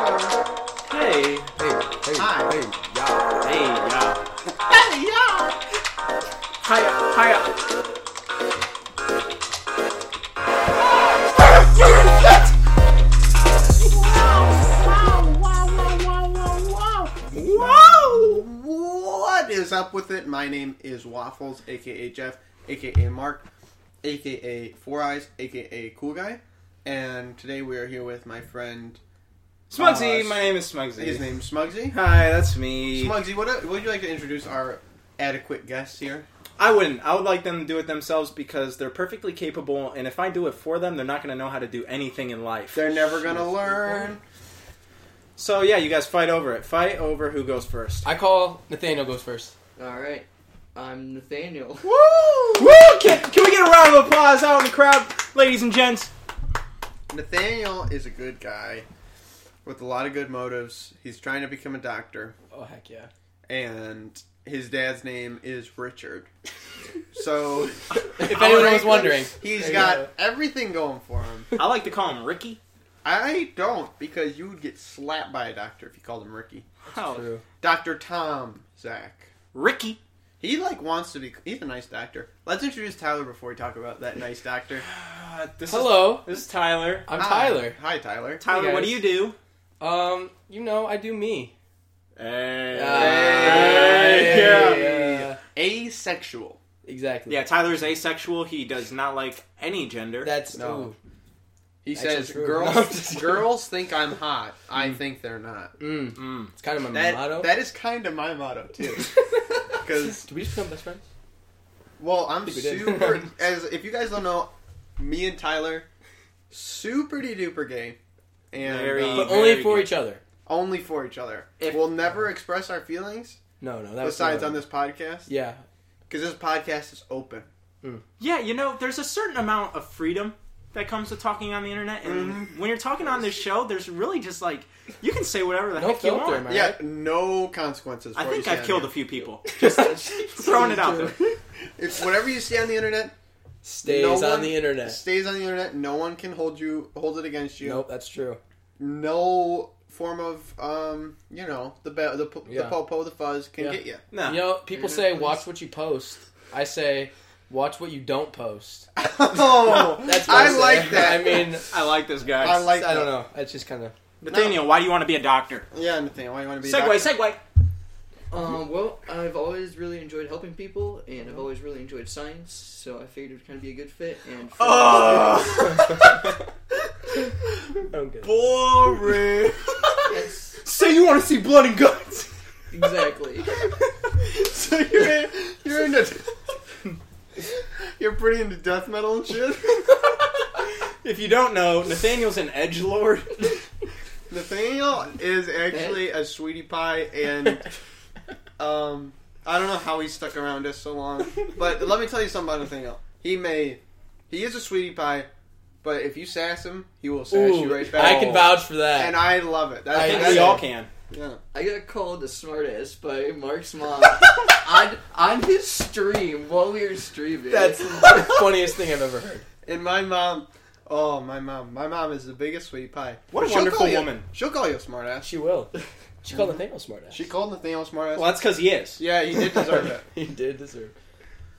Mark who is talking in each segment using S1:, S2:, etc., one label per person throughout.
S1: Hey.
S2: Hey, hey,
S3: Hi.
S2: hey, y'all.
S1: Hey, y'all.
S3: Hey, y'all.
S1: Hi, hi.
S3: Wow, wow, wow, wow, wow, wow. What is up with it? My name is Waffles, aka Jeff, aka Mark, aka Four Eyes, aka Cool Guy. And today we are here with my friend, Uh,
S1: Smugsy, my Oh, name is Smugsy.
S3: his name's Smugsy.
S1: Hi, that's me.
S3: Smugsy, what would you like to introduce our adequate guests here?
S1: I wouldn't. I would like them to do it themselves because they're perfectly capable, and if I do it for them, they're not going to know how to do anything in life.
S3: They're never gonna learn.
S1: So yeah, you guys fight over it. Fight over who goes first.
S2: I call Nathaniel goes first.
S4: All right, I'm Nathaniel.
S1: Woo! Woo! Can, can we get a round of applause out in the crowd, ladies and gents?
S3: Nathaniel is a good guy with a lot of good motives. He's trying to become a doctor.
S2: Oh heck yeah.
S3: and his dad's name is Richard. So
S2: If anyone was wondering,
S3: he's
S2: There you
S3: got
S2: go.
S3: everything going for him.
S1: I like to call him Ricky.
S3: I don't because you would get slapped by a doctor if you called him Ricky.
S1: Oh,
S2: True.
S3: Doctor Tom Zach.
S1: Ricky.
S3: He like wants to be. He's a nice doctor. Let's introduce Tyler before we talk about that nice doctor.
S1: Uh, this
S2: Hello,
S1: Is, this is Tyler.
S2: I'm
S3: Hi.
S2: Tyler.
S3: Hi Tyler.
S1: Tyler,
S2: Hey,
S1: what do
S2: guys.
S1: you do?
S2: Um, you know I do me.
S1: Hey.
S2: Hey.
S1: Yeah.
S2: Yeah.
S3: Asexual.
S2: Exactly.
S1: Yeah, Tyler's asexual. He does not like any gender.
S2: That's
S3: No.
S2: no.
S3: He
S2: Actually
S3: says
S2: true.
S3: girls
S2: No, I'm just kidding.
S3: girls think I'm hot. I think they're not.
S2: Mm,
S1: Mm.
S2: it's kind of my motto.
S3: That, that is kind of my motto too. Because
S2: Did we just become best friends?
S3: Well, I'm
S2: Think we did.
S3: super. as if you guys don't know, me and Tyler, super duper gay, and
S1: Very-
S3: uh,
S2: But
S1: very
S2: only for
S1: good.
S2: each other.
S3: only for each other.
S1: If-
S3: we'll never express our feelings
S2: No, no. That was
S3: besides
S2: the-
S3: on this podcast
S2: Yeah.
S3: because this podcast is open.
S1: Yeah, you know, there's a certain amount of freedom that comes with talking on the internet, and when you're talking on this show, there's really just like you can say whatever the
S2: No
S1: heck you
S2: filter,
S1: want.
S2: man.
S3: yeah,
S2: Alright.
S3: no consequences. for
S1: I
S3: what
S1: think
S3: you say
S1: I've
S3: on
S1: killed
S3: the-
S1: a few people.
S2: throwing
S1: it out there.
S3: It's whatever you see on the internet
S2: Stays
S3: No
S2: on
S3: one-
S2: the internet.
S3: stays on the internet. No one can hold you, hold it against you.
S2: Nope, that's true.
S3: No form of, um, you know, the ba- the po- the
S2: Yeah.
S3: popo, the fuzz can
S2: Yeah.
S3: get you.
S1: No,
S2: You know, people
S3: Yeah,
S2: say
S3: please.
S2: watch what you post. I say watch what you don't post.
S3: oh,
S2: That's what
S3: I
S2: say.
S3: like that.
S2: I mean,
S1: I like this guy.
S3: I like. that.
S2: I don't know. That's just kind of.
S1: Nathaniel. Why do you want to be a doctor?
S3: Yeah, Nathaniel, why you want to be? a
S1: Segway,
S3: doctor?
S1: segway.
S4: Um, well, I've always really enjoyed helping people, and I've always really enjoyed science, so I figured it would kind of be a good fit. And for-
S1: boring.
S4: Yes,
S1: so you want to see blood and guts?
S4: exactly.
S3: so you're in, you're into you're pretty into death metal and shit.
S1: If you don't know, Nathaniel's an edge lord.
S3: Nathaniel is actually a sweetie pie, and um, I don't know how he stuck around us so long. But let me tell you something about Nathaniel. He may, he is a sweetie pie, but if you sass him, he will sass you right back.
S2: I can vouch for that.
S3: and I love it. That's,
S1: I
S2: I
S1: think
S3: that's
S1: we all
S3: it.
S1: can.
S3: Yeah.
S4: I got called a smartass by Mark's mom on on his stream while we were streaming.
S2: That's the funniest thing I've ever heard.
S3: And my mom, oh my mom, my mom is the biggest sweetie pie.
S1: What a
S3: She'll
S1: wonderful
S3: call you-
S1: woman.
S3: She'll call you a smartass.
S2: She will. She called Nathaniel a smartass.
S3: She called Nathaniel a smartass.
S1: Well, that's because he is.
S3: Yeah, he did deserve it.
S2: he did deserve.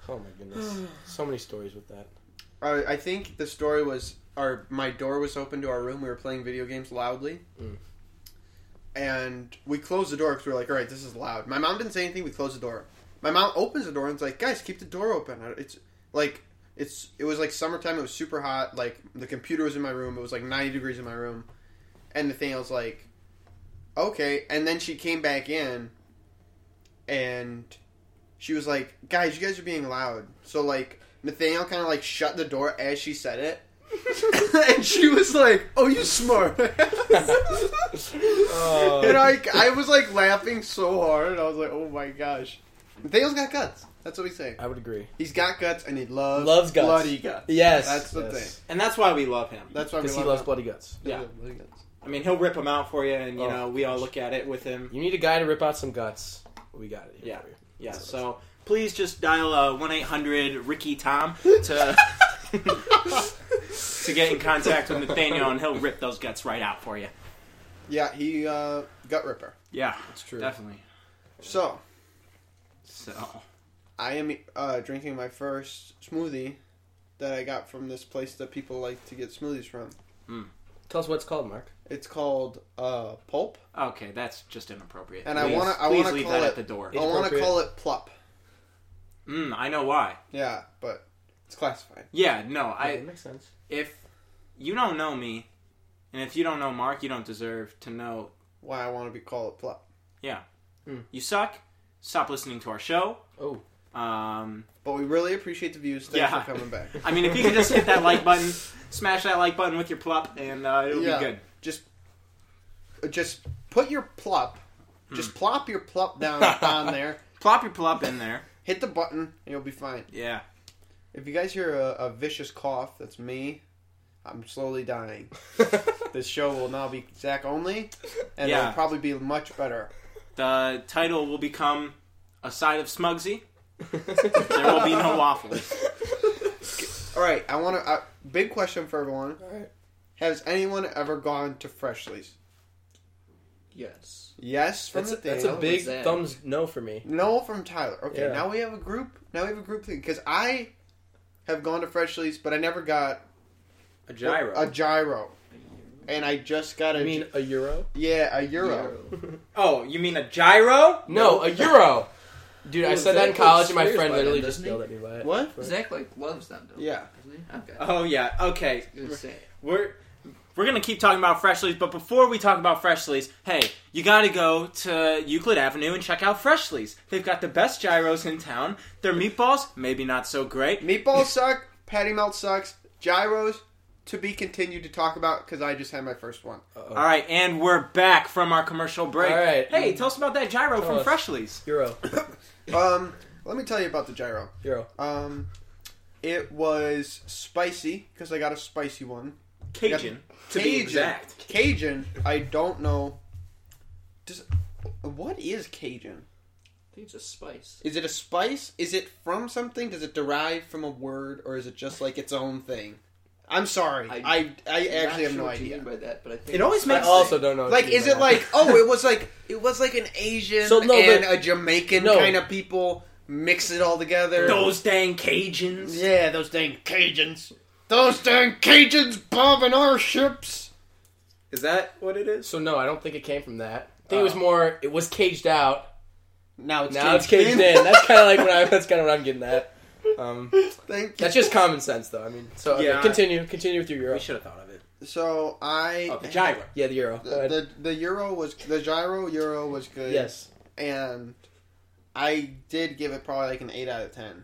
S2: Oh my goodness, so many stories with that.
S3: I, I think the story was our my door was open to our room. We were playing video games loudly,
S2: Mm.
S3: and we closed the door because we were like, "All right, this is loud." My mom didn't say anything. We closed the door. My mom opens the door and's like, "Guys, keep the door open." I- It's like it's it was like summertime. It was super hot. Like the computer was in my room. It was like ninety degrees in my room, and Nathaniel's like, "Okay." And then she came back in, and she was like, "Guys, you guys are being loud." So like Nathaniel kind of like shut the door as she said it, and she was like, "Oh, you smart."
S2: Oh.
S3: And I, I was like laughing so hard. I was like, "Oh my gosh." Nathaniel's got guts. That's what we say.
S2: I would agree.
S3: He's got guts, and he loves
S2: Loves guts.
S3: bloody guts.
S2: Yes,
S3: That's the
S2: yes.
S3: thing.
S1: And that's why we love him.
S3: That's why we
S2: Because he
S3: love
S2: loves
S3: him.
S2: bloody guts.
S1: Yeah.
S3: bloody guts.
S1: I mean, he'll rip them out for you, and you
S2: Oh,
S1: know we all look at it with him.
S2: You need a guy to rip out some guts. We got it. Here
S1: Yeah.
S2: for you.
S1: uh, Yeah. So please just dial one eight hundred Ricky Tom to to get in contact with Nathaniel, and he'll rip those guts right out for you.
S3: Yeah, he uh, gut ripper.
S1: Yeah,
S2: It's true.
S1: definitely.
S3: So
S1: So
S3: I am uh, drinking my first smoothie that I got from this place that people like to get smoothies from.
S2: Tell us what it's called, Mark.
S3: It's called uh, Pulp,
S1: okay, that's just inappropriate.
S3: and I
S1: Please-
S3: want to I
S1: please
S3: want to
S1: leave
S3: call
S1: that
S3: it
S1: at the door.
S3: I want to
S2: Inappropriate.
S3: call it Plup.
S1: Mm, I know why.
S3: Yeah, but it's classified.
S1: Yeah, no, I
S2: it makes sense.
S1: if you don't know me, and if you don't know Mark, you don't deserve to know
S3: Why I want to be called Plup.
S1: you suck. Stop listening to our show.
S2: Oh.
S1: Um,
S3: But we really appreciate the views. Thanks
S1: Yeah.
S3: for coming back.
S1: I mean, if you could just hit that like button, smash that like button with your plop, and uh, it'll
S3: Yeah.
S1: be good.
S3: Just, uh, just put your plop,
S2: Hmm.
S3: just plop your plop down on there.
S1: Plop your plop in there.
S3: Hit the button, and you'll be fine.
S1: Yeah.
S3: If you guys hear a, a vicious cough, that's me. I'm slowly dying. This show will now be Zach only, and
S1: Yeah.
S3: it'll probably be much better.
S1: The title will become A Side of Smugsy. There will be no waffles.
S3: All right, I want to. Uh, big question for everyone:
S2: Alright.
S3: Has anyone ever gone to Freshly's?
S4: Yes.
S3: Yes, from
S2: That's,
S3: the
S2: that's a
S4: was
S2: big
S4: that?
S2: thumbs no for me.
S3: No from Tyler. Okay,
S2: Yeah.
S3: now we have a group. Now we have a group thing because I have gone to Freshly's, but I never got
S1: A
S3: a gyro, and I just got a
S2: I mean, a euro?
S3: yeah a euro.
S1: oh, you mean a gyro?
S2: No, a euro! Dude, I
S4: Well,
S2: said
S4: Zach
S2: that in college,
S4: likes
S2: and my
S4: swears
S2: friend
S4: by
S2: literally
S4: them,
S2: just
S4: doesn't he?
S2: yelled at me by it.
S3: What?
S4: Zach like loves them though.
S3: Yeah.
S4: Doesn't he? Okay.
S1: Oh, yeah. Okay.
S4: Good say.
S1: We're. We're gonna keep talking about Freshly's, but before we talk about Freshly's, hey, you gotta go to Euclid Avenue and check out Freshly's. They've got the best gyros in town. Their meatballs, maybe not so great.
S3: Meatballs suck. Patty melt sucks. Gyros to be continued to talk about because I just had my first one.
S2: Uh-oh.
S1: All right, and we're back from our commercial break.
S2: All right.
S1: Hey, tell us about that gyro
S2: Tell
S1: from
S2: us.
S1: Freshly's.
S2: Euro.
S3: Um, let me tell you about the gyro.
S2: Euro.
S3: Um, it was spicy because I got a spicy one.
S1: Cajun, to be
S3: Cajun.
S1: exact.
S3: Cajun. I don't know. Does what is Cajun?
S4: I think it's a spice.
S3: Is it a spice? Is it from something? Does it derive from a word, or is it just like its own thing? I'm sorry. I I,
S4: I-
S3: actually
S4: Not
S3: have
S4: sure
S3: no
S4: what you
S3: idea.
S4: mean by that, but I think
S1: It always
S4: it's
S1: makes-
S2: I
S4: spicy.
S2: also don't know. what
S3: Like,
S2: you mean
S3: is
S2: by
S3: it
S2: that.
S3: like oh, it was like it was like an Asian
S2: So, no,
S3: and
S2: but-
S3: a Jamaican
S2: no.
S3: kind of people mix it all together?
S1: Those dang Cajuns.
S3: yeah, those dang Cajuns, those dang Cajuns bombing our ships.
S1: Is that what it is?
S2: So no, I don't think it came from that. I think it was
S1: Oh.
S2: more. It was caged out.
S3: Now it's
S2: Now it's caged in. That's kind of like what I. That's kind of what I'm getting at. Um,
S3: Thank you.
S2: that's just common sense, though. I mean, so okay,
S1: Yeah.
S2: continue, continue with your euro.
S1: We should have thought of it.
S3: So I
S1: Oh, the gyro.
S2: Yeah, the euro. Go ahead.
S3: the the euro was the gyro euro was good.
S2: yes.
S3: and I did give it probably like an eight out of ten.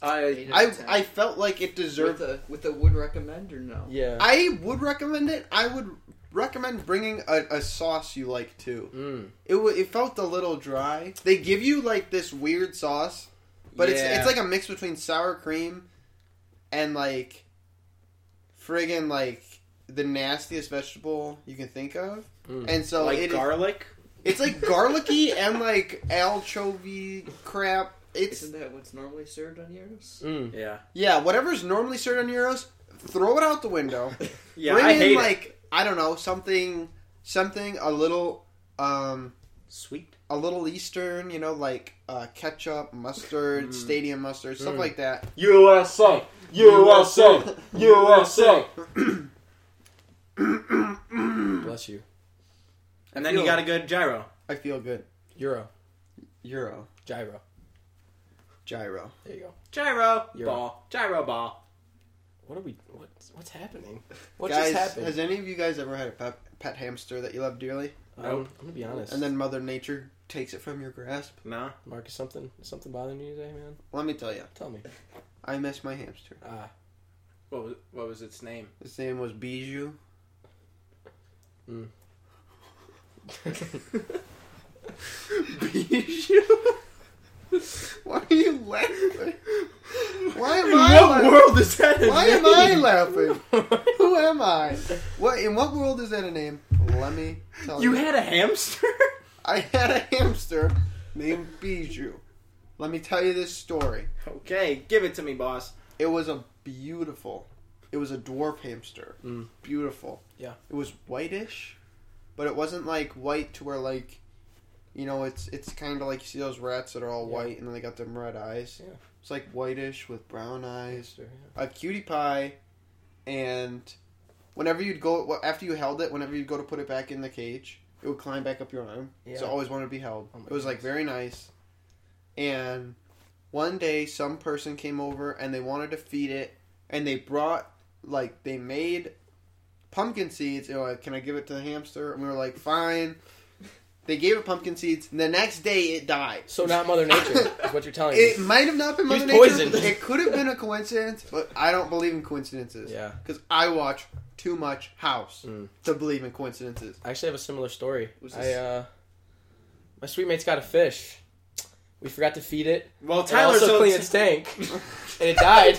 S1: I
S4: Eight out
S3: I
S4: of ten.
S3: I felt like it deserved.
S4: with a with a would recommend or no?
S2: Yeah.
S3: I would recommend it. I would recommend bringing a, a sauce you like too.
S2: Mm.
S3: It wa it felt a little dry. They give you like this weird sauce, but it's
S1: Yeah.
S3: it's like a mix between sour cream and like friggin' like the nastiest vegetable you can think of.
S2: Mm.
S3: And so
S1: like
S3: it-
S1: garlic.
S3: it's like garlicky and like anchovy crap. It's
S4: Isn't that what's normally served on Uranus?
S2: Mm.
S1: Yeah.
S3: Yeah, whatever's normally served on Euros, throw it out the window.
S1: Yeah,
S3: Bring
S1: I
S3: in
S1: hate it.
S3: like I don't know something, something a little, um,
S1: sweet.
S3: a little Eastern. You know, like uh, ketchup, mustard, stadium mustard, stuff
S2: Mm.
S3: like that.
S1: USA,
S3: USA,
S1: USA.
S2: Bless you.
S1: And then you got a good gyro.
S3: I feel good.
S2: Euro.
S3: Euro,
S2: Gyro.
S3: gyro.
S2: There you go.
S1: Gyro
S2: Gyro.
S1: ball. Gyro ball.
S2: What are we? What's what's happening? What
S3: guys,
S2: just happened?
S3: has any of you guys ever had a pet, pet hamster that you love dearly,
S2: Um,
S1: Nope.
S2: I'm gonna be honest.
S3: and then Mother Nature takes it from your grasp?
S1: No.
S2: Mark, is something is something bothering you today, man?
S3: Let me tell you,
S2: Tell me.
S3: I miss my hamster.
S2: Ah.
S1: What was, what was its name?
S3: His name was Bijou. Bijou? Why are you laughing? Why am I laughing?
S1: is that? a
S3: Why am
S1: name?
S3: I laughing? Who am I? What in what world is that a name? Let me tell you.
S1: You had a hamster.
S3: I had a hamster named Bijou. Let me tell you this story.
S1: okay, give it to me, boss.
S3: It was a beautiful. It was a dwarf hamster.
S2: Mm.
S3: Beautiful.
S2: Yeah.
S3: It was whitish, but it wasn't like white to where like, you know, it's it's kind of like you see those rats that are all
S2: Yeah.
S3: white and then they got them red eyes.
S2: Yeah.
S3: It's like whitish with brown eyes
S2: Hamster, yeah.
S3: a cutie pie, and whenever you'd go wh- after you held it, whenever you'd go to put it back in the cage, it would climb back up your arm. So
S2: Yeah.
S3: I always wanted to be held.
S2: Oh my
S3: it was like
S2: goodness.
S3: very nice. And one day, some person came over and they wanted to feed it, and they brought like they made pumpkin seeds. And were like, can I give it to the hamster? And we were like, fine. They gave it pumpkin seeds. And the next day, it died.
S2: So not Mother Nature is what you're telling
S3: It
S2: me.
S3: might have not been
S2: He was
S3: Mother Nature.
S2: poisoned.
S3: It could have been a coincidence, but I don't believe in coincidences.
S2: Yeah.
S3: Because I watch too much House
S2: Mm.
S3: to believe in coincidences.
S2: I actually have a similar story.
S4: Was
S2: I
S4: this-
S2: uh, my sweet mate's got a fish. We forgot to feed it.
S1: Well,
S2: Tyler
S1: Tyler,
S2: also
S1: so
S2: cleaned its tank, and it died.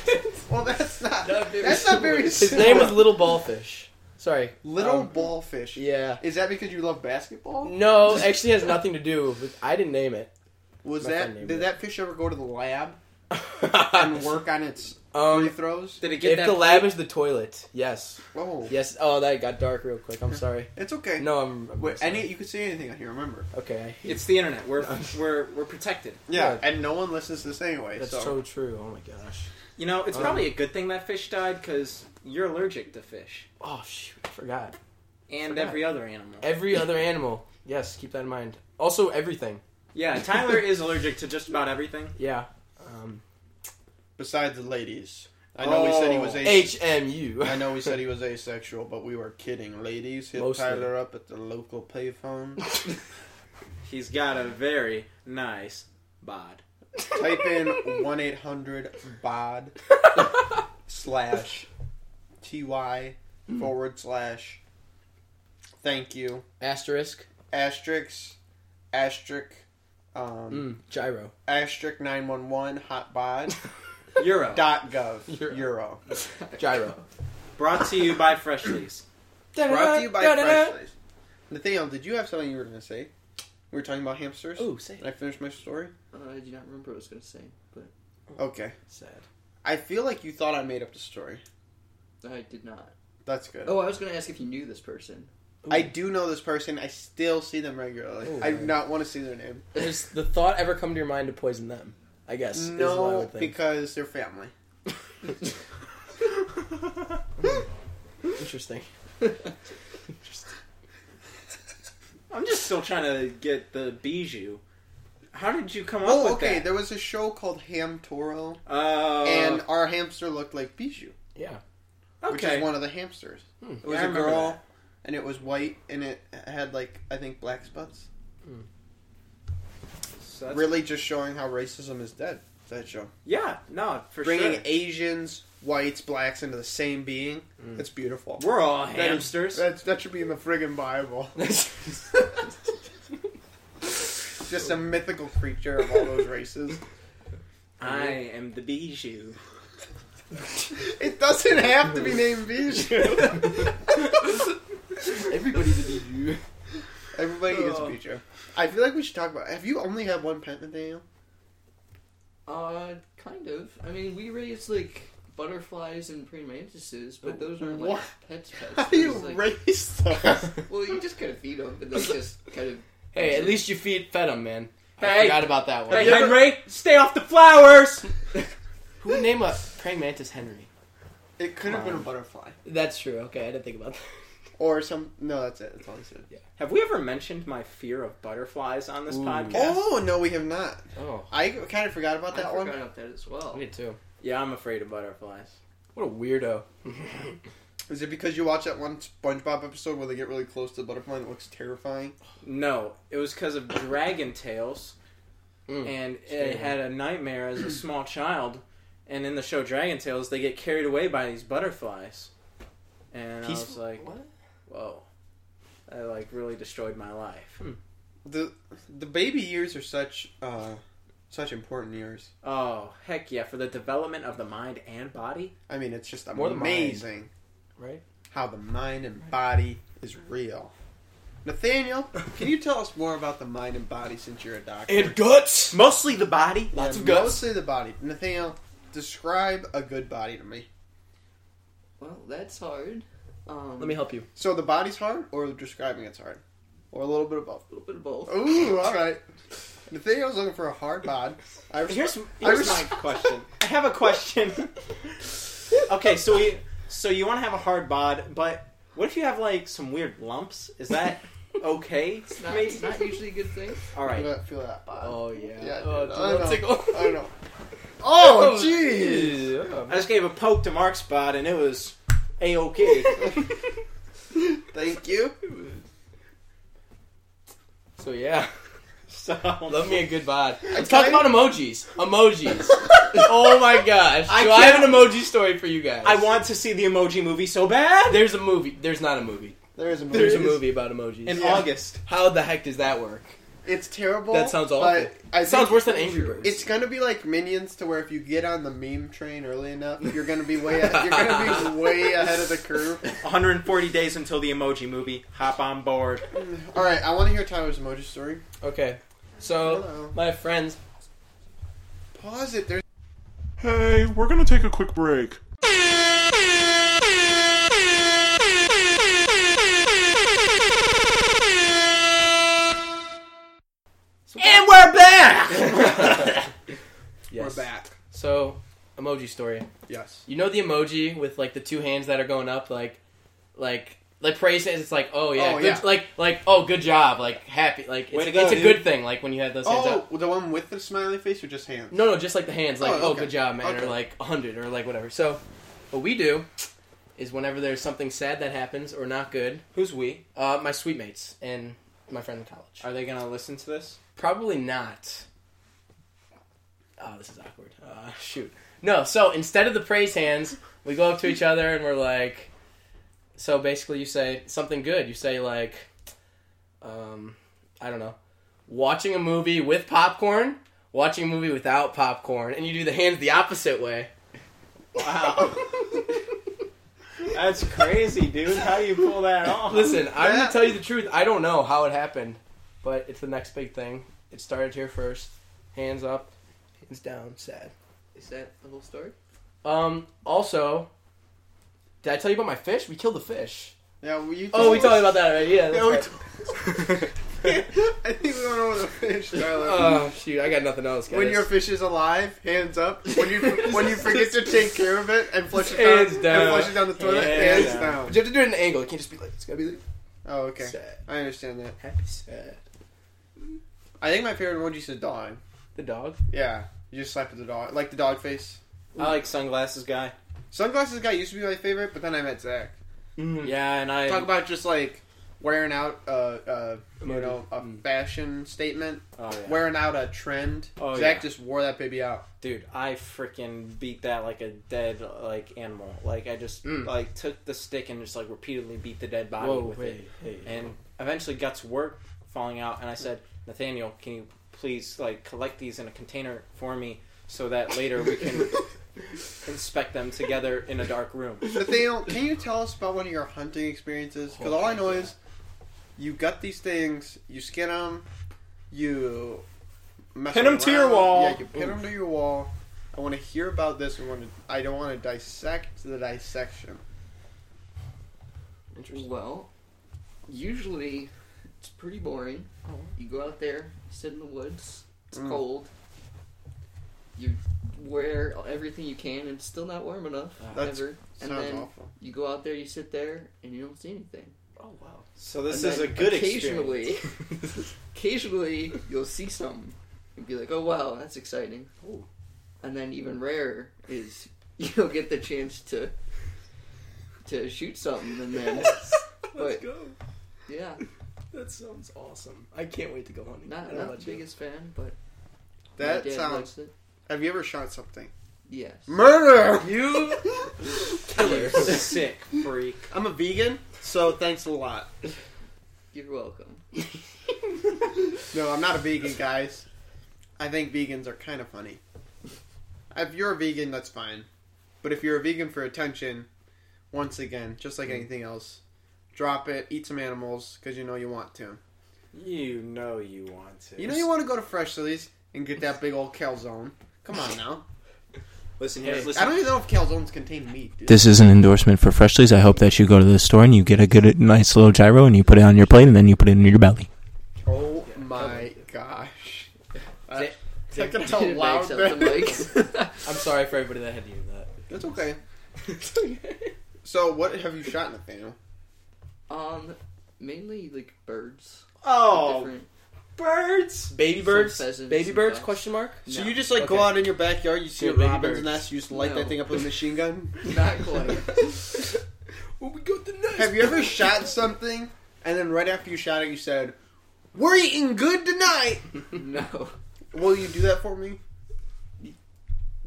S3: Well, that's not.
S4: Not very
S3: that's not very.
S2: His
S3: similar.
S2: name was Little Ballfish. Sorry,
S3: Little
S2: um,
S3: Ballfish.
S2: Yeah.
S3: Is that because you love basketball?
S2: No, actually has nothing to do. with... I didn't name it.
S3: Was
S2: My friend
S3: that
S2: named
S3: did
S2: it.
S3: that fish ever go to the lab and work on its free
S2: Um,
S3: throws?
S1: did it get
S2: if
S1: that?
S2: the lab is the toilet, yes,
S3: Whoa,
S2: yes. Oh, that got dark real quick. I'm sorry.
S3: it's okay.
S2: No, I'm. I'm
S3: Wait,
S2: sorry.
S3: any you could say anything on here. Remember?
S2: Okay, I-
S1: it's the internet. We're we're we're protected.
S3: Yeah,
S2: Yeah.
S3: and no one listens to this anyway.
S2: that's
S3: so.
S2: so true. Oh my gosh.
S1: You know,
S3: Oh.
S1: it's
S2: Um,
S1: probably a good thing that fish died because you're allergic to fish
S2: Oh shoot, I forgot.
S1: and
S2: Forgot.
S1: every other animal.
S2: Every other animal. Yes, keep that in mind. Also, everything.
S1: Yeah, Tyler is allergic to just about everything.
S2: Yeah. Um,
S3: Besides the ladies, I know we said he was
S1: Oh.
S3: a
S2: HMU.
S3: I know we said he was asexual, but we were kidding. Ladies, hit
S2: Mostly.
S3: Tyler up at the local payphone.
S1: He's got a very nice bod.
S3: Type in 1 800 BOD slash TY forward slash thank you
S2: Asterisk.
S3: asterisk asterisk um,
S2: Mm, gyro.
S3: asterisk 911 hotbod
S1: Euro.
S3: dot gov
S2: Euro.
S3: euro.
S2: Gyro.
S1: Brought to you by Freshly's.
S3: Brought to you by
S2: Da-da-da.
S3: Freshly's. Nathaniel, did you have something you were going to say? We were talking about hamsters.
S2: Ooh, say
S3: Did I finish my story?
S4: Uh, I do not remember what I was going to say, but
S3: Okay.
S2: Sad.
S3: I feel like you thought I made up the story.
S4: I did not.
S3: That's good.
S4: Oh, I was going to ask if you knew this person.
S3: I do know this person. I still see them regularly.
S1: Oh,
S2: Ooh.
S3: I do not want to see their name.
S2: Does the thought ever come to your mind to poison them? I guess. is what I
S3: no,
S2: would think.
S3: because they're family.
S2: Interesting. Interesting.
S1: I'm just still trying to get the bijou. How did you come up
S3: Oh,
S1: with
S3: okay.
S1: that?
S3: There was a show called Ham Toro,
S1: Uh,
S3: and our hamster looked like Bijou,
S2: Yeah.
S1: okay.
S3: which is one of the hamsters.
S2: Hmm.
S3: It was
S1: Yeah, I
S3: a
S1: remember
S3: girl,
S1: that.
S3: and it was white, and it had like I think black spots.
S1: So that's-
S3: really, just showing how racism is dead. That show,
S1: Yeah, no, for
S3: bringing
S1: sure.
S3: Asians, whites, blacks into the same being.
S1: Mm.
S3: It's beautiful.
S1: We're all
S3: That is-
S1: hamsters.
S3: that's- that should be in the friggin' Bible. just a mythical creature of all those races.
S1: I am the bijou.
S3: It doesn't have to be named Bijou.
S2: Everybody's a DU.
S3: Everybody is
S1: Oh.
S3: Bijou. I feel like we should talk about. Have you only had one pet, Nathaniel?
S4: Uh, kind of. I mean, we raised like butterflies and praying mantises, but those aren't like
S3: What?
S4: pets. Pets.
S3: How do you
S4: Those, like-
S3: raise those?
S4: Well, you just kind of feed them, and they just kind of.
S2: Hey, at least you feed fed them, man. I
S1: Hey.
S2: forgot about that one.
S1: Hey,
S3: you ever-
S1: Henry, stay off the flowers!
S2: Who would name a praying mantis Henry?
S3: it could have been a
S2: Um.
S3: butterfly
S2: That's true. Okay, I didn't think about that.
S3: or some. No, that's it. That's all he said.
S1: Have we ever mentioned my fear of butterflies on this
S2: Ooh.
S1: podcast?
S3: Oh no, we have not.
S2: Oh,
S3: I kind of forgot about
S4: I
S3: that
S4: forgot
S3: one.
S4: about that as well.
S2: me too.
S1: Yeah, I'm afraid of butterflies.
S2: What a weirdo.
S3: Is it because you watch that one SpongeBob episode where they get really close to the butterfly and it looks terrifying?
S1: No, it was because of dragon tails,
S2: Mm.
S1: and I
S2: Scary.
S1: had a nightmare as a small child. And in the show Dragon Tales, they get carried away by these butterflies, and I was like,
S2: what?
S1: "Whoa!" I like really destroyed my life. Hmm.
S3: The the baby years are such uh such important years.
S1: Oh heck yeah! For the development of the mind and body,
S3: I mean, it's just
S2: More the mind.
S3: amazing.
S2: Right?
S3: how the mind and body is real. Nathaniel, can you tell us more about the mind and body since you're a doctor?
S2: guts.
S1: mostly the body.
S3: Yeah,
S2: Lots of guts.
S3: Mostly the body. Nathaniel, describe a good body to me.
S4: Well, that's hard. Um,
S2: Let me help you.
S3: So the body's hard, or describing it's hard, or a little bit of both.
S4: A little bit of both.
S3: Ooh, all right. Nathaniel's looking for a hard bod. I res-
S1: Here's,
S3: I
S1: here's my
S3: res-
S1: question. I have a question. okay, so we, so you want to have a hard bod, but what if you have like some weird lumps? Is that okay?
S4: It's not,
S1: Maybe-
S4: it's not usually a good thing.
S1: All
S3: Feel
S1: right.
S3: that- Feel that bod.
S2: Oh yeah.
S3: Yeah,
S2: oh,
S3: dude,
S2: dude,
S3: I
S2: I'll
S3: know.
S2: tickle.
S3: I know. Oh,
S2: Oh,
S3: jeez.
S2: yeah.
S1: I just gave a poke to Mark's bod, and it was a okay.
S3: Thank you.
S2: So yeah,
S1: so
S2: love me a good bod. Let's
S3: tell
S2: talk
S3: you-
S2: about emojis. Emojis. oh my gosh.
S1: I
S2: so I have an
S1: can't-
S2: emoji story for you guys.
S1: I want to see the emoji movie so bad
S2: There's a movie. There's not a movie.
S3: There is a movie.
S2: There's a movie about emojis.
S1: in
S3: Yeah.
S1: August.
S2: How the heck does that work?
S3: It's terrible.
S2: That sounds awful.
S3: But I
S2: It sounds
S3: think
S2: worse than Angry Birds.
S3: It's gonna be like Minions, to where if you get on the meme train early enough, you're gonna be way you're gonna be way ahead of the curve.
S1: 140 days until the emoji movie. Hop on board.
S3: All right, I want to hear Tyler's emoji story.
S2: okay. So
S3: Hello.
S2: my friends.
S3: Pause it. There's
S5: Hey, we're gonna take a quick break.
S1: And we're back.
S2: Yes.
S3: we're back.
S2: So emoji story.
S3: Yes.
S2: You know the emoji with like the two hands that are going up, like, like, like praise hands. It's like, oh yeah,
S3: Oh,
S2: good,
S3: yeah.
S2: like, like, oh good job, like happy, like
S1: Way
S2: it's,
S1: to go,
S2: it's a
S1: dude.
S2: good thing. Like when you have those hands
S3: Oh,
S2: up.
S3: the one with the smiley face or just hands?
S2: No, no, just like the hands, like,
S3: Oh,
S2: oh,
S3: okay.
S2: good job, man,
S3: Okay.
S2: or like hundred, or like whatever. So, what we do is whenever there's something sad that happens or not good,
S1: Who's we?
S2: uh, my sweet mates and my friend in college.
S1: Are they gonna listen to this?
S2: Probably not. Oh, this is awkward. Uh, shoot. No, so instead of the praise hands, we go up to each other and we're like, so basically you say something good. You say, like, um, I don't know, watching a movie with popcorn, watching a movie without popcorn, and you do the hands the opposite way.
S1: Wow. That's crazy, dude. How do you pull that off?
S2: Listen, I'm
S3: Yeah.
S2: gonna tell you the truth. I don't know how it happened, but it's the next big thing. It started here first. Hands up, hands down, sad.
S4: Is that the whole story?
S2: Um. Also, did I tell you about my fish? We killed the fish.
S3: Yeah. Well, you
S2: Oh, we
S3: told
S2: talked
S3: us-
S2: about that already. Yeah.
S3: Yeah, we
S2: That's right.
S3: I think we went over the fish, Tyler.
S2: oh shoot! I got nothing else, guys.
S3: when your fish is alive, hands up. When you when you forget to take care of it and flush it down,
S2: Hands
S3: and
S2: down.
S3: flush it down the toilet,
S1: Hands
S3: hands
S1: down.
S3: down.
S2: but you have to do it at an angle. It can't just be like it's gotta be like
S3: Oh, okay.
S2: sad,
S3: I understand that.
S2: happy, sad.
S3: I think my favorite emoji is the dog.
S2: The dog.
S3: Yeah, you just slap at the dog, like the dog face.
S1: I like sunglasses guy.
S3: Sunglasses guy used to be my favorite, but then I met Zach.
S2: Mm-hmm.
S1: Yeah, and I
S3: Talk about just like wearing out a, uh you
S2: Emoji.
S3: know a
S1: Mm.
S3: fashion statement,
S1: oh, yeah.
S3: wearing out a trend.
S1: Oh,
S3: Zach
S1: yeah.
S3: just wore that baby out.
S1: dude, I freaking beat that like a dead like animal. Like I just
S2: Mm.
S1: like took the stick and just like repeatedly beat the dead body
S2: Whoa!
S1: with it.
S2: Hey, hey.
S1: And eventually got to work falling out and I said, Nathaniel, can you please like collect these in a container for me so that later we can inspect them together in a dark room.
S3: Nathaniel, can you tell us about one of your hunting experiences?
S1: Oh,
S3: Because all I know is you gut these things, you skin them, you mess
S1: Pin 'em to your
S3: around.
S1: wall.
S3: Yeah, you pin them to your wall. I want to hear about this. I want to. I don't want to dissect the dissection.
S2: Interesting.
S4: Well, usually it's pretty boring. You go out there, sit in the woods. It's
S3: Mm.
S4: cold. You wear everything you can, and it's still not warm enough.
S3: That's-
S4: ever. And
S3: Sounds
S4: then
S3: awful.
S4: you go out there, you sit there, and you don't see anything.
S2: Oh wow.
S1: So this
S4: And
S1: is a
S4: then
S1: good experience.
S4: occasionally, occasionally you'll see something and be like, "Oh wow, that's exciting."
S2: Ooh.
S4: And then even rarer is you'll get the chance to to shoot something, and then
S2: Let's
S4: But-
S2: go.
S4: yeah,
S2: That sounds awesome. I can't wait to go hunting. I
S4: not
S2: don't know
S4: not
S2: about
S4: the
S2: you.
S4: biggest fan, but my
S3: That
S4: dad
S3: sounds.
S4: likes it.
S3: Have you ever shot something?
S4: Yes.
S3: Murder.
S2: You killer.
S1: Sick freak.
S3: I'm a vegan, so thanks a lot.
S4: You're welcome.
S3: No, I'm not a vegan, guys. I think vegans are kind of funny. If you're a vegan, that's fine. But if you're a vegan for attention, once again, just like anything else, drop it, eat some animals, because you know you want to.
S1: You know you want to.
S3: You know you want to go to Freshly's and get that big old calzone. Come on now.
S1: Listen here.
S2: Hey,
S1: listen.
S3: I don't even know if calzones contain meat. Dude.
S1: This is an endorsement for Freshly's. I hope that you go to the store and you get a good, nice little gyro and you put it on your plate and then you put it in your belly.
S3: oh my gosh!
S2: Is it-
S3: It's like that's
S4: Did
S3: how
S4: it
S3: loud
S4: back
S3: that
S4: something, Mike?
S3: is.
S2: I'm sorry for everybody that had to hear that.
S3: That's okay. So what have you shot, Nathaniel?
S4: um, mainly like birds.
S1: Oh,
S4: Different-
S1: birds! Baby birds?
S4: Some pheasants,
S2: Baby
S4: some
S2: birds?
S4: ducks.
S2: Question mark.
S4: No,
S3: So you just like go
S2: Okay.
S3: out in your backyard, you see
S2: Yeah,
S3: a
S2: baby
S3: robin's
S2: birds.
S3: nest, you just light
S4: No.
S3: that thing up with a machine gun.
S4: not quite.
S2: Well, we got the next.
S3: Have you ever shot something and then right after you shot it, you said, "We're eating good tonight."
S4: no,
S3: Will you do that for me?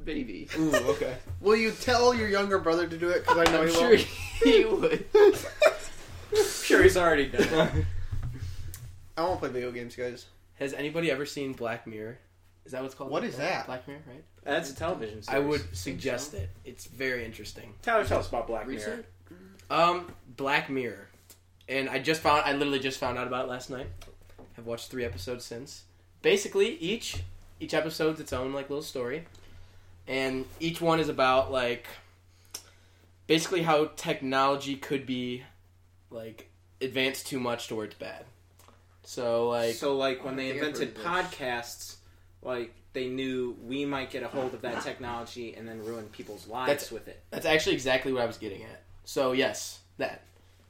S4: baby.
S3: Ooh, okay. Will you tell your younger brother to do it? Because I know
S4: I'm
S3: he
S4: sure
S3: will.
S4: he would.
S2: sure he's already done?
S3: I won't play video games, guys.
S2: Has anybody ever seen Black Mirror? Is that what it's called?
S3: What is that?
S2: Black Mirror, right?
S1: That's a television
S2: I
S1: series.
S2: would suggest it. It's very interesting.
S1: Tyler, tell us about Black Mirror.
S4: Recent?
S2: Um, Black Mirror, and I just found I literally just found out about it last night. Have watched three episodes since. Basically, each each episode's its own like little story, and each one is about like basically how technology could be like advanced too much to where it's bad. So like uh,
S1: so, like, when they
S4: I think I've
S1: invented
S4: heard of
S1: podcasts, like, they knew we might get a hold of that technology and then ruin people's lives
S2: That's-
S1: with it.
S2: that's actually exactly what I was getting at. So yes, that.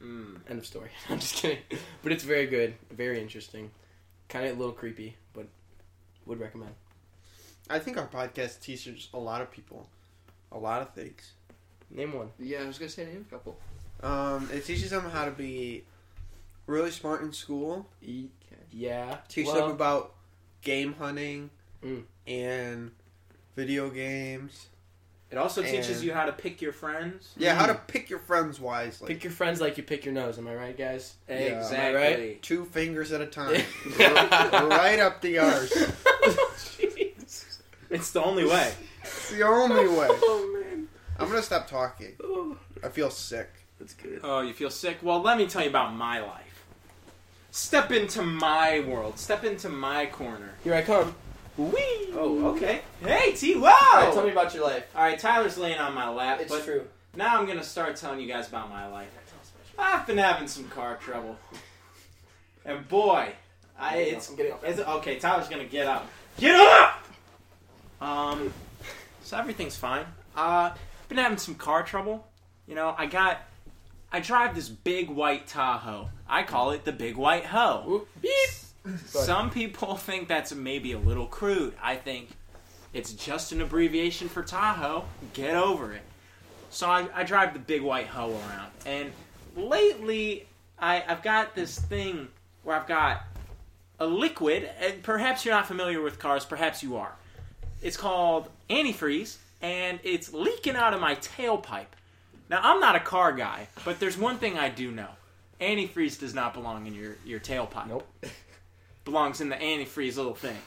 S1: Mm.
S2: End of story. I'm just kidding. But it's very good, very interesting, kind of a little creepy, but would recommend.
S3: I think our podcast teaches a lot of people a lot of things.
S2: Name one.
S4: Yeah, I was gonna say name a couple.
S3: Um, it teaches them how to be really smart in school.
S2: E- yeah.
S3: Teaches
S2: well,
S3: them about game hunting
S2: Mm.
S3: and video games.
S1: It also teaches
S3: And-
S1: you how to pick your friends.
S3: Yeah, how to pick your friends wisely.
S2: Mm. pick your friends like you pick your nose. Am I right, guys?
S3: Yeah.
S1: Exactly.
S2: Am I
S3: Two fingers at a time, right up the arse.
S2: Jeez.
S1: It's the only way.
S3: It's the only way.
S2: Oh man,
S3: I'm gonna stop talking.
S2: oh,
S3: I feel sick.
S2: that's good.
S1: Oh, you feel sick? Well, let me tell you about my life. Step into my world. Step into my corner.
S2: Here I come. Wee.
S1: Oh, okay. Hey, T. Wow.
S2: All right, tell me about your life.
S1: All right, Tyler's laying on my lap,
S2: It's
S1: Oh. but
S2: true.
S1: now I'm gonna start telling you guys about my life. I've been having some car trouble, and boy, I it's,
S2: I'm getting off.
S1: it's okay. Tyler's gonna get up. Get up. Um, so everything's fine. Uh, been having some car trouble. You know, I got, I drive this big white Tahoe. I call it the big white hoe.
S2: Whoop. Beep. Sorry.
S1: Some people think that's maybe a little crude. I think it's just an abbreviation for Tahoe. Get over it. So I, I drive the big white hoe around, and lately I, I've got this thing where I've got a liquid, and perhaps you're not familiar with cars, perhaps you are. It's called antifreeze, and it's leaking out of my tailpipe. Now I'm not a car guy, but there's one thing I do know: antifreeze does not belong in your your tailpipe
S2: Nope.
S1: belongs in the antifreeze little thing.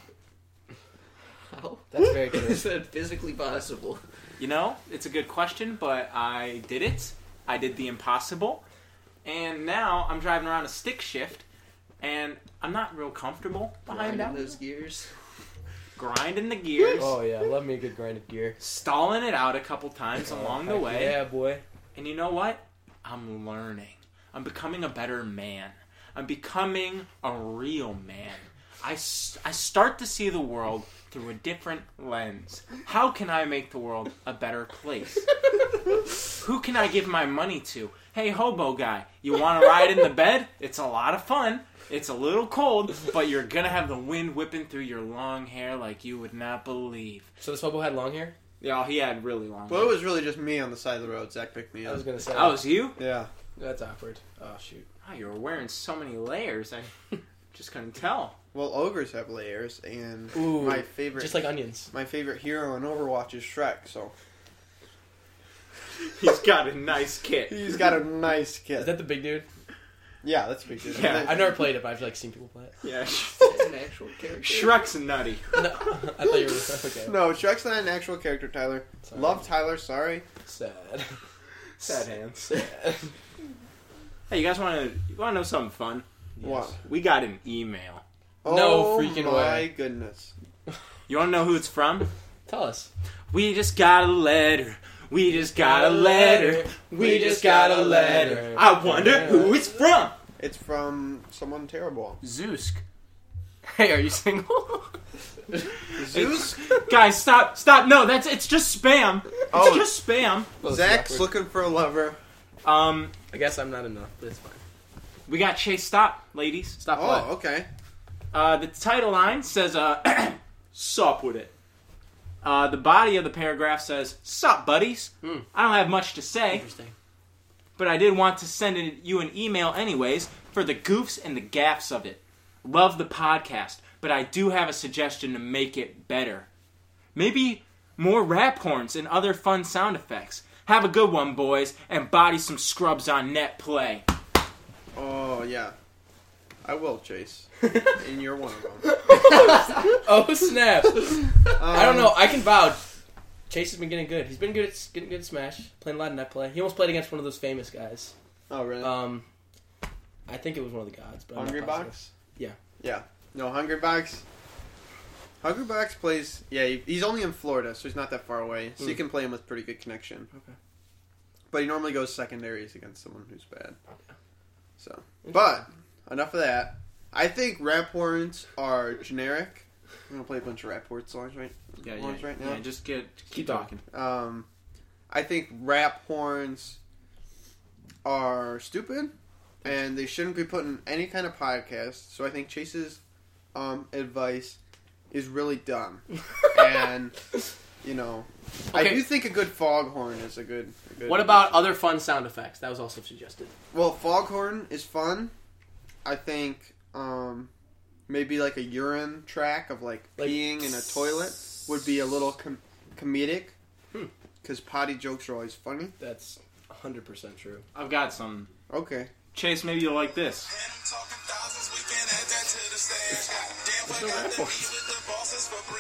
S4: How
S2: That's very true.
S4: is that physically possible?
S1: You know, it's a good question, but I did it. I did the impossible. And now I'm driving around a stick shift, and I'm not real comfortable behind that.
S4: Grinding those gears.
S1: Grinding the gears,
S2: oh yeah, love me a good grinded gear. Uh,
S1: stalling it out a couple times along the
S2: Oh, Heck
S1: way.
S2: Yeah, boy.
S1: And you know what? I'm learning. I'm becoming a better man. I'm becoming a real man. I, s- I start to see the world through a different lens. How can I make the world a better place? Who can I give my money to? Hey, hobo guy, you want to ride in the bed? It's a lot of fun. It's a little cold, but you're going to have the wind whipping through your long hair like you would not believe.
S2: So this hobo had long hair.
S1: Yeah, he had really long
S3: Well, it
S1: hair.
S3: was really just me on the side of the road. Zach picked me
S2: I
S3: up.
S2: was gonna say.
S1: That was you?
S3: yeah.
S2: That's awkward. Oh shoot.
S1: Wow, Ah, you were wearing so many layers. I just couldn't tell.
S3: Well, ogres have layers, and
S2: Ooh,
S3: my favorite,
S2: Just like onions.
S3: my favorite hero in Overwatch is Shrek. So
S1: He's got a nice kit.
S3: he's got a nice
S2: Is
S3: kid.
S2: that the big dude?
S3: yeah, that's pretty good.
S1: Yeah,
S3: And
S2: I've never played it, but I've like seen people play it.
S1: Yeah.
S4: That's an actual character.
S1: Shrek's nutty.
S2: No, I thought you were okay.
S3: then- no, Shrek's not an actual character. Tyler,
S2: Sorry.
S3: love Tyler. Sorry.
S2: Sad.
S1: Sad hands.
S2: Sad.
S1: Hey, you guys want to you want to know something fun?
S3: What?
S1: We got an email.
S2: No
S3: oh,
S2: freaking
S3: my
S2: way.
S3: goodness.
S1: You want to know who it's from?
S2: Tell us.
S1: We just got a letter. We just got a letter. We just got a letter. I wonder who it's from.
S3: It's from someone terrible.
S1: Zeusk.
S2: Hey, are you single?
S3: Zeus?
S1: Guys, stop, stop. No, that's it's just spam. It's
S3: Oh.
S1: just spam.
S3: Zach's looking for a lover.
S1: Um,
S2: I guess I'm not enough, but it's fine.
S1: we got Chase. Stop, ladies. Stop. what?
S3: Oh, okay.
S1: Uh, the title line says, uh, Sup with it. Uh, the body of the paragraph says, Sup, buddies.
S2: Hmm.
S1: I don't have much to say,
S2: Interesting.
S1: but I did want to send in- you an email anyways for the goofs and the gaffs of it. Love the podcast, but I do have a suggestion to make it better. Maybe more rap horns and other fun sound effects. Have a good one, boys, and body some scrubs on net play.
S3: Oh, yeah. I will, Chase. and you're one of them.
S2: Oh snap! I
S3: Um,
S2: don't know. I can vouch. Chase has been getting good. He's been good at getting good at Smash, playing a lot of net play. He almost played against one of those famous guys.
S3: Oh, really?
S2: Um, I think it was one of the gods. But I'm not
S3: Hungry
S2: positive.
S3: Box?
S2: Yeah.
S3: Yeah. No, Hungry Box. Hungry Box plays. Yeah, he- he's only in Florida, so he's not that far away. So you
S2: Mm.
S3: can play him with pretty good connection.
S2: Okay.
S3: But he normally goes secondaries against someone who's bad. So. But, enough of that. I think rap horns are generic. I'm going to play a bunch of rap horn songs right, horns right now.
S1: just get
S2: keep talking.
S3: Um, I think rap horns are stupid, and they shouldn't be put in any kind of podcast. So I think Chase's um, advice is really dumb, and you know, I
S2: Okay.
S3: do think a good foghorn is a good. A good
S2: What about other fun sound effects? That was also suggested.
S3: Well, foghorn is fun. I think um, maybe like a urine track of like,
S2: Like-
S3: peeing in a toilet would be a little com- comedic.
S2: Hmm.
S3: Because potty jokes are always funny.
S2: That's 100 percent true.
S1: I've got some.
S3: Okay.
S1: Chase, maybe you'll like this.
S2: no rap horns.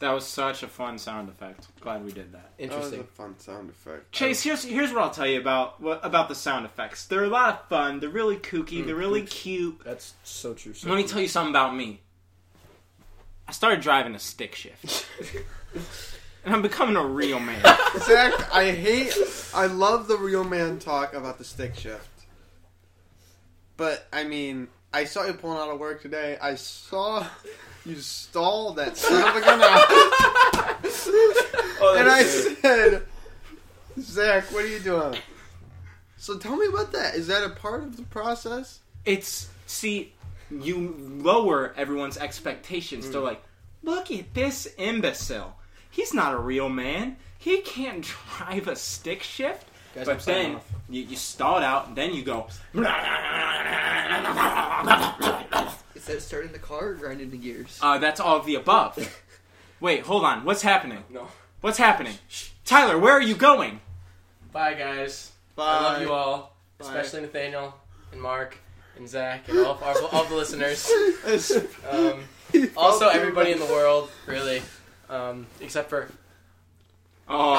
S1: That was such a fun sound effect. Glad we did that.
S3: That
S2: Interesting.
S3: was a fun sound effect.
S1: Chase, here's here's what I'll tell you about what, about the sound effects. They're a lot of fun. They're really kooky. They're really cute.
S2: Mm, That's so true. So
S1: Let me tell you something about me. I started driving a stick shift, and I'm becoming a real man.
S3: Zach, I hate, I love the real man talk about the stick shift. But, I mean, I saw you pulling out of work today. I saw you stall that son of a gun out.
S2: Oh,
S3: and I said, Zach, what are you doing? So tell me about that. Is that a part of the process?
S1: It's see, you lower everyone's expectations.
S2: Mm.
S1: They're like, look at this imbecile. He's not a real man. He can't drive a stick shift.
S2: Guys, I'm
S1: but
S2: signing
S1: then
S2: off.
S1: you, you stall it out, and then you go.
S4: Is that starting the car or grinding the gears?
S1: Uh, that's all of the above. Wait, hold on. What's happening?
S2: No.
S1: What's happening? Tyler, where are you going?
S2: Bye, guys.
S3: Bye.
S2: I love you all,
S3: Bye.
S2: especially Nathaniel and Mark and Zach and all of our all of the listeners. Um, also, everybody in the world, really, um, except for
S1: Oh,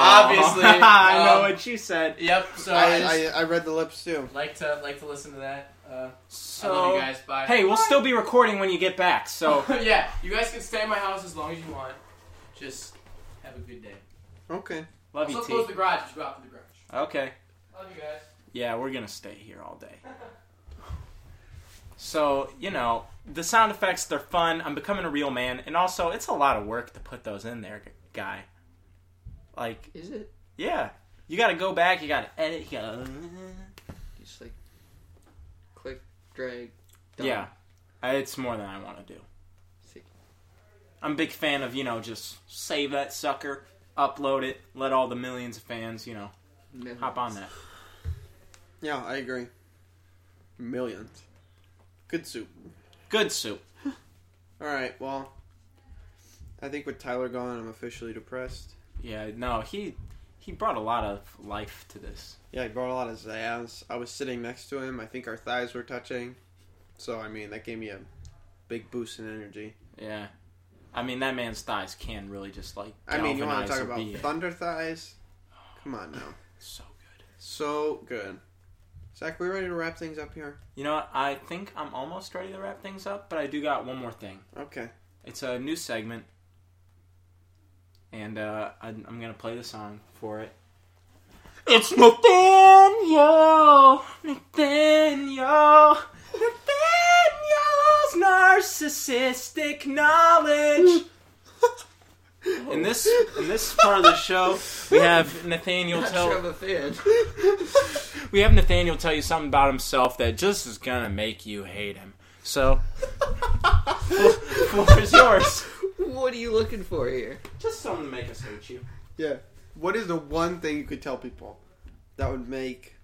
S2: Obviously,
S1: I know
S2: um,
S1: what you said.
S2: yep. So I, just
S3: I, I, I read the lips too.
S2: like to like to listen to that. Uh,
S1: So,
S2: I love you guys. Bye.
S1: hey, we'll still be recording when you get back. So.
S2: yeah, you guys can stay in my house as long as you want. Just have a good day.
S3: Okay.
S1: Love
S2: also
S1: you,
S2: close
S1: T.
S2: the garage. Just go out to the garage.
S1: Okay.
S2: Love you guys.
S1: Yeah, we're gonna stay here all day. So, you know, the sound effects, they're fun. I'm becoming a real man. And also, it's a lot of work to put those in there, guy. Like,
S4: Is it?
S1: yeah. You gotta go back, you gotta edit, you gotta.
S4: You just like click, drag. done.
S1: Yeah, I, it's more than I want to do.
S4: See.
S1: I'm a big fan of you know just save that sucker, upload it, let all the millions of fans you know
S4: No.
S1: hop on that.
S3: Yeah, I agree. Millions. Good soup.
S1: Good soup.
S3: All right. Well, I think with Tyler gone, I'm officially depressed.
S1: Yeah, no, he he brought a lot of life to this.
S3: Yeah, he brought a lot of zazz. I was sitting next to him. I think our thighs were touching. So I mean, that gave me a big boost in energy.
S1: Yeah, I mean that man's thighs can really just like.
S3: I mean, you want to
S1: galvanize
S3: talk
S1: a
S3: about
S1: being.
S3: thunder thighs? Come on now.
S1: so good.
S3: So good. Zach, we ready to wrap things up here?
S1: You know what? I think I'm almost ready to wrap things up, but I do got one more thing.
S3: Okay.
S1: It's a new segment, and uh, I'm, I'm gonna play the song for it. It's Nathaniel, Nathaniel, Nathaniel's narcissistic knowledge. In this in this part of the show, we have Nathaniel
S4: Not
S1: tell
S4: sure I'm a fan.
S1: we have Nathaniel tell you something about himself that just is gonna make you hate him. So, what is yours?
S4: what are you looking for here?
S1: Just something to make us hate you.
S3: Yeah. What is the one thing you could tell people that would make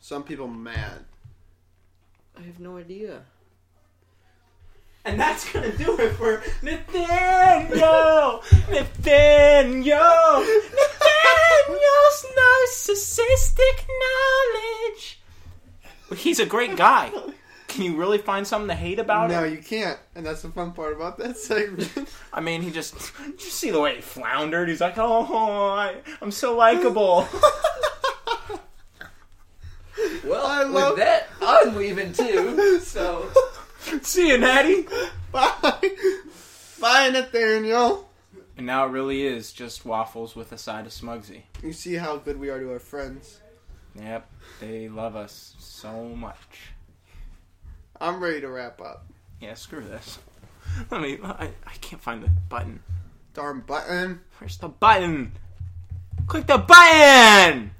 S3: some people mad?
S4: I have no idea.
S1: And that's gonna do it for Nathaniel! Nathaniel! Nathaniel's narcissistic knowledge! He's a great guy. Can you really find something to hate about
S3: No,
S1: him?
S3: you can't. And that's the fun part about that segment.
S1: I mean, he just. Did you see the way he floundered? He's like, oh, I, I'm so likable.
S4: Well,
S3: I love-
S4: with that, I'm leaving too. So,
S1: see you, Natty!
S3: Bye. Bye, Nathaniel.
S1: And now it really is just waffles with a side of Smugsy.
S3: You see how good we are to our friends.
S1: Yep, they love us so much.
S3: I'm ready to wrap up.
S1: Yeah, screw this. Let me. I, I can't find the button.
S3: Darn button.
S1: Where's the button? Click the button!